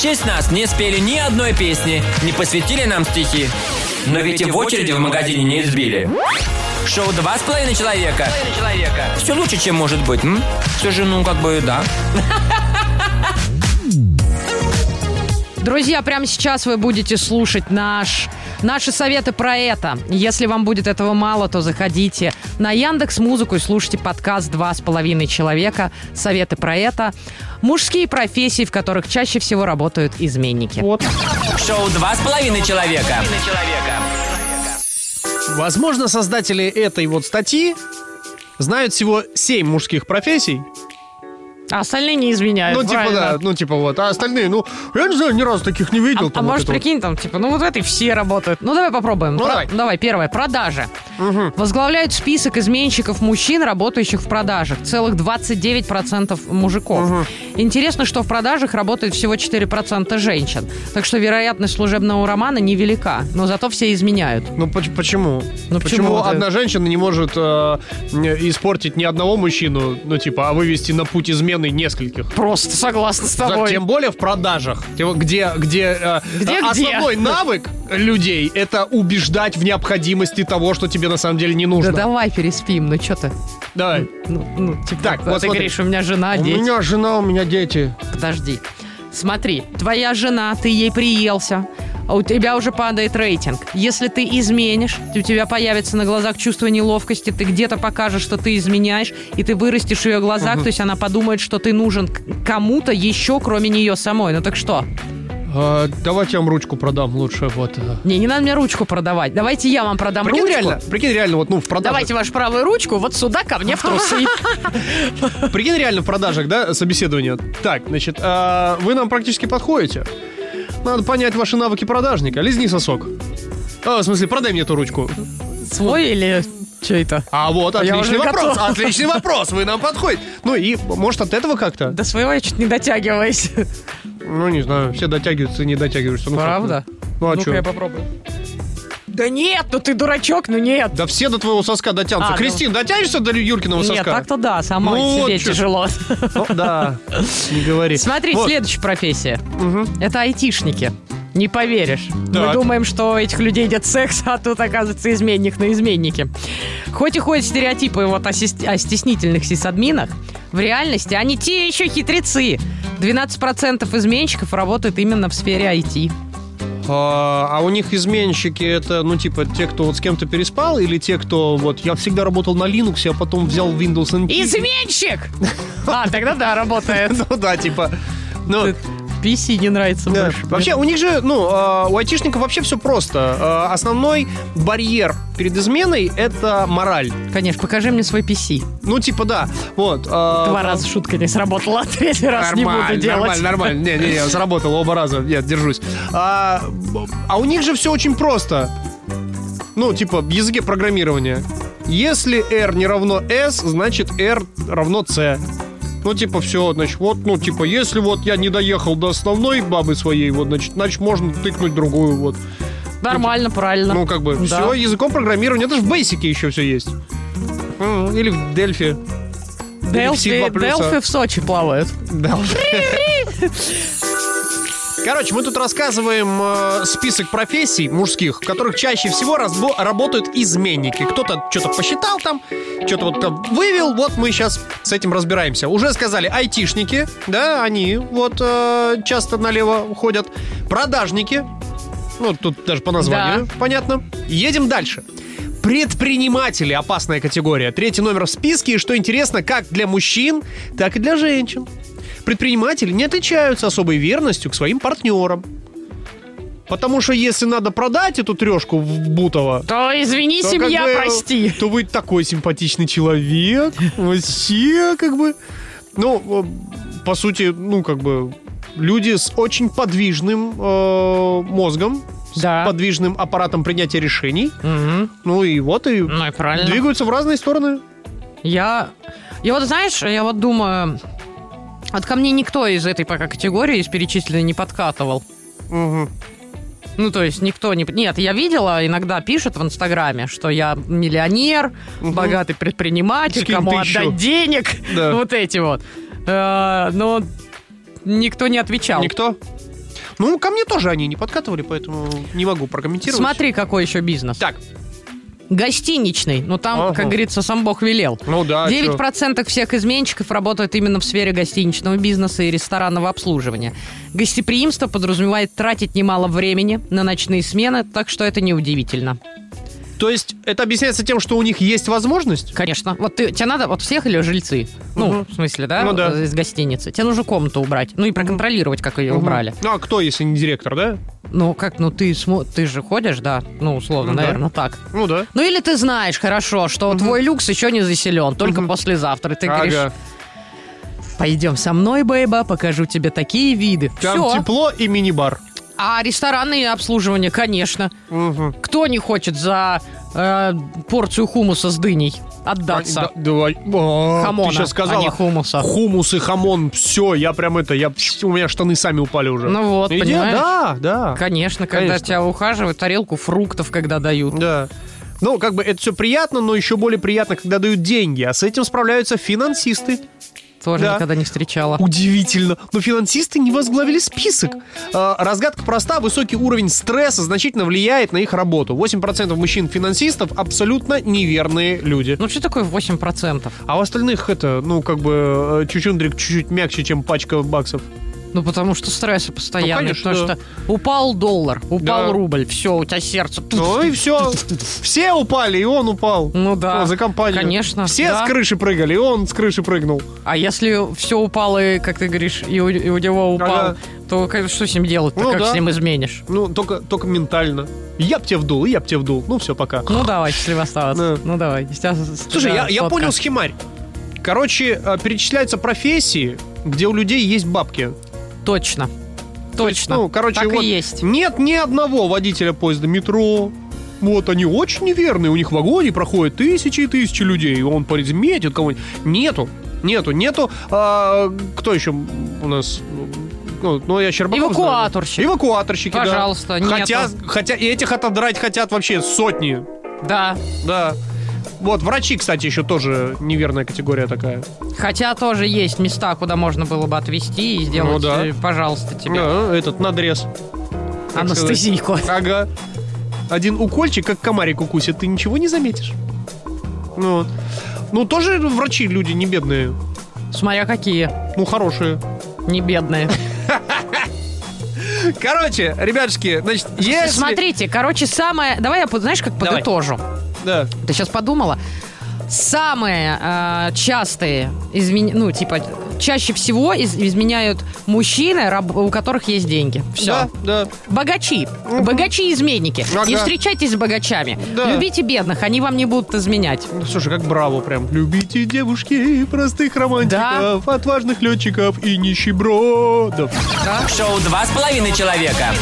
честь нас не спели ни одной песни, не посвятили нам стихи. Но ведь и в очереди в магазине не избили. Шоу «Два с половиной человека». Все лучше, чем может быть. Все же, ну, как бы, да. Друзья, прямо сейчас вы будете слушать наш, наши советы про это. Если вам будет этого мало, то заходите на Яндекс Музыку и слушайте подкаст «Два с половиной человека. Советы про это». Мужские профессии, в которых чаще всего работают изменники. Шоу «Два с половиной человека». Возможно, создатели этой вот статьи знают всего 7 мужских профессий. А остальные не изменяют. Ну, типа, правильно. да, ну, типа вот. А остальные, ну, я не знаю, ни разу таких не видел. А, а там вот может, это вот. прикинь, там, типа, ну вот в этой все работают. Ну, давай попробуем. Ну, давай. первое. Продажи. Возглавляют список изменщиков мужчин, работающих в продажах. Целых 29% мужиков. Интересно, что в продажах работает всего 4% женщин. Так что вероятность служебного романа невелика. Но зато все изменяют. Ну, поч- почему? Ну, почему почему вот одна женщина не может э, не- испортить ни одного мужчину, ну, типа, а вывести на путь измены нескольких? Просто согласна с За- тобой. Тем более в продажах, Тем- где, где, э, Где-где? основной навык людей это убеждать в необходимости того, что тебе на самом деле не Да нужно. давай переспим, ну что ты? Давай. Ну, ну, типа, Так, а вот ты смотри. говоришь, у меня жена, У А дети. меня жена, у меня дети. Подожди. Смотри, твоя жена, ты ей приелся, а у тебя уже падает рейтинг. Если ты изменишь, у тебя появится на глазах чувство неловкости, ты где-то покажешь, что ты изменяешь, и ты вырастешь в ее глазах, то есть она подумает, что ты нужен к- кому-то еще, кроме нее самой. Ну так что? Э, давайте я вам ручку продам лучше, вот. э. Не, не надо мне ручку продавать. Давайте я вам продам Прикинь, А ручку. реально, прикинь, реально, вот, ну, в продажах. Давайте вашу правую ручку вот сюда, ко мне в трусы. Прикинь, реально в продажах, да, собеседование. Так, значит, а, вы нам практически подходите. Надо понять ваши навыки продажника. Лизни сосок. А, в смысле, продай мне эту ручку. Свой или чей это? А вот, Я отличный уже вопрос. готова. Отличный вопрос, вы нам подходите. Ну и, может, от этого как-то? До своего я чуть не дотягиваюсь. Ну, не знаю, все дотягиваются, не дотягиваешься. Ну, как-то. Правда? Ну, а Ну-ка чё? я попробую. Да нет, ну ты дурачок, ну нет. Да все до твоего соска дотянутся. А, ну. Кристин, дотянешься до Юркиного Нет, соска? так-то да, сама Ну, себе чё ж. тяжело. Ну, да, не говори. Смотри, Вот. следующая профессия. Мгм. Это айтишники. Не поверишь. Мы Так. думаем, что у этих людей идет секс, а тут, оказывается, изменник на изменнике. Хоть и ходят стереотипы вот о, сис- о стеснительных сисадминах, в реальности они те еще хитрецы. 12% изменщиков работают именно в сфере IT. А, а у них изменщики это, ну, типа, те, кто вот с кем-то переспал, или те, кто вот я всегда работал на Linux, а потом взял Windows NT. Изменщик! А, тогда да, работает. Ну да, типа. Ну, PC не нравится да. больше. Вообще, у них же, ну, а, у айтишников вообще все просто. А, Основной барьер перед изменой это мораль. Конечно, покажи мне свой PC. Ну, типа, да. Вот. а, Два раза шутка не сработала, а третий раз не буду делать. Нормально, нормально. Не, не, не, сработало оба раза. Нет, держусь. А, а у них же все очень просто. Ну, типа, в языке программирования. Если R не равно S, значит R равно C. Ну, типа, все, значит, вот, ну, типа, если вот я не доехал до основной бабы своей, вот, значит, значит, можно тыкнуть другую, вот. Нормально, правильно. Ну, как бы, Да. все, языком программирования, это же в Бейсике еще все есть. М, Или в Дельфи. Делфи, Или в C2+. Делфи в Сочи плавают. Да. Короче, мы тут рассказываем э, список профессий мужских, в которых чаще всего разбо- работают изменники. Кто-то что-то посчитал там, что-то вот там вывел, вот мы сейчас с этим разбираемся. Уже сказали, айтишники, да, они вот э, часто налево ходят. Продажники, ну тут даже по названию, Да. понятно. Едем дальше. Предприниматели – опасная категория. Третий номер в списке, и что интересно, как для мужчин, так и для женщин. Предприниматели не отличаются особой верностью к своим партнерам. Потому что если надо продать эту трешку в Бутово, То извини, то семья, как бы, прости. То вы такой симпатичный человек. Вообще, как бы. Ну, э, по сути, ну, как бы, люди с очень подвижным э, мозгом, с Да. подвижным аппаратом принятия решений. Мгм. Ну и вот, и Ну и правильно. двигаются в разные стороны. Я, я вот, знаешь, я вот думаю, вот ко мне никто из этой пока категории, из перечисленной, не подкатывал. Ну, то есть никто не... Нет, я видела, иногда пишут в Инстаграме, что я миллионер, Мгм. богатый предприниматель, Скинь кому тысячу. отдать денег, Да. вот эти вот. Э, Но никто не отвечал. Никто? Ну, ко мне тоже они не подкатывали, поэтому не могу прокомментировать. Смотри, какой еще бизнес. Так, Гостиничный. Ну, там, Ага. как говорится, сам Бог велел. ну да. чё. 9% всех изменщиков работают именно в сфере гостиничного бизнеса и ресторанного обслуживания. Гостеприимство подразумевает тратить немало времени на ночные смены, так что это неудивительно. То есть это объясняется тем, что у них есть возможность? Конечно. Вот ты, тебе надо, вот всех или жильцы? Ну, Мгм. в смысле, да? Ну да. Из гостиницы. Тебе нужно комнату убрать. Ну и проконтролировать, как ее убрали. Мгм. Ну, а кто, если не директор, да? Ну, как, ну ты, смо- ты же ходишь, да? Ну, условно, Ну да. наверное, так. Ну да. Ну или ты знаешь хорошо, что твой люкс еще не заселен, только Мгм. послезавтра. И Ты Ага. говоришь, пойдем со мной, бэйба, покажу тебе такие виды. Там Все. тепло и мини-бар. А ресторанные обслуживание, конечно. Мгм. Кто не хочет за э, порцию хумуса с дыней Да- отдаться? давай. А, Хамона, Ты сейчас а не сказала. хумуса. Хумус и хамон, все, я прям это, я, у меня штаны сами упали уже. Ну вот, Иди- понимаешь? Да, да. Конечно, когда Конечно. тебя ухаживают, тарелку фруктов, когда дают. Да. Ну, как бы это все приятно, но еще более приятно, когда дают деньги, а с этим справляются финансисты. Тоже Да. никогда не встречала. Удивительно, но финансисты не возглавили список. Э, Разгадка проста, высокий уровень стресса значительно влияет на их работу. 8% мужчин-финансистов абсолютно неверные люди. Ну что такое 8%? А у остальных это, ну, как бы, э, чучундрик чуть-чуть мягче, чем пачка баксов. Ну, потому что стрессы постоянно. Ну, конечно, потому да. что упал доллар, упал Да. рубль, все, у тебя сердце. Ну и все. Все упали, и он упал. Ну да. О, за компанию. Конечно, Все да. с крыши прыгали, и он с крыши прыгнул. А если все упало, и, как ты говоришь, и у, и у него упал, Ага. то как- что с ним делать? Ну как да. с ним изменишь? Ну, только, только ментально. Я б тебе вдул, и я б тебе вдул. Ну, все, пока. Ну давай, счастливо оставаться. Да. Ну давай. Слушай, я, я понял схемарь. Короче, э, перечисляются профессии, где у людей есть бабки. Точно. Точно. Ну, короче, так вот и есть. нет ни одного водителя поезда метро. Вот они очень неверные, у них в вагоне проходят тысячи и тысячи людей, и он пометит кого-нибудь. Нету, нету, нету. А, кто еще у нас? Ну, ну, я Щербаков знаю. Эвакуаторщик. Эвакуаторщики, да. Пожалуйста, нету. Хотя, хотя и этих отодрать хотят вообще сотни, Да. да. Вот, врачи, кстати, еще тоже неверная категория такая. Хотя тоже есть места, куда можно было бы отвезти и сделать, Ну да. э, пожалуйста, тебе Да, этот надрез. так анестезийку. Ага. Один укольчик, как комарик укусит, ты ничего не заметишь. Ну, вот. ну тоже врачи люди не бедные, Смотря какие. ну хорошие. Не бедные. Короче, ребятушки, значит, если... Смотрите, короче, самое... Давай я, под- знаешь, как Давай. подытожу. Да. Ты сейчас подумала? Самые э, частые, измен... ну, типа, чаще всего из- изменяют мужчины, раб- у которых есть деньги. Все. Да, да. Богачи. Богачи-изменники. Ага. Не встречайтесь с богачами. Да. Любите бедных, они вам не будут изменять. Ну, Слушай, как браво прям. Любите девушки, простых романтиков, отважных летчиков и нищебродов. Шоу «Два с половиной человека».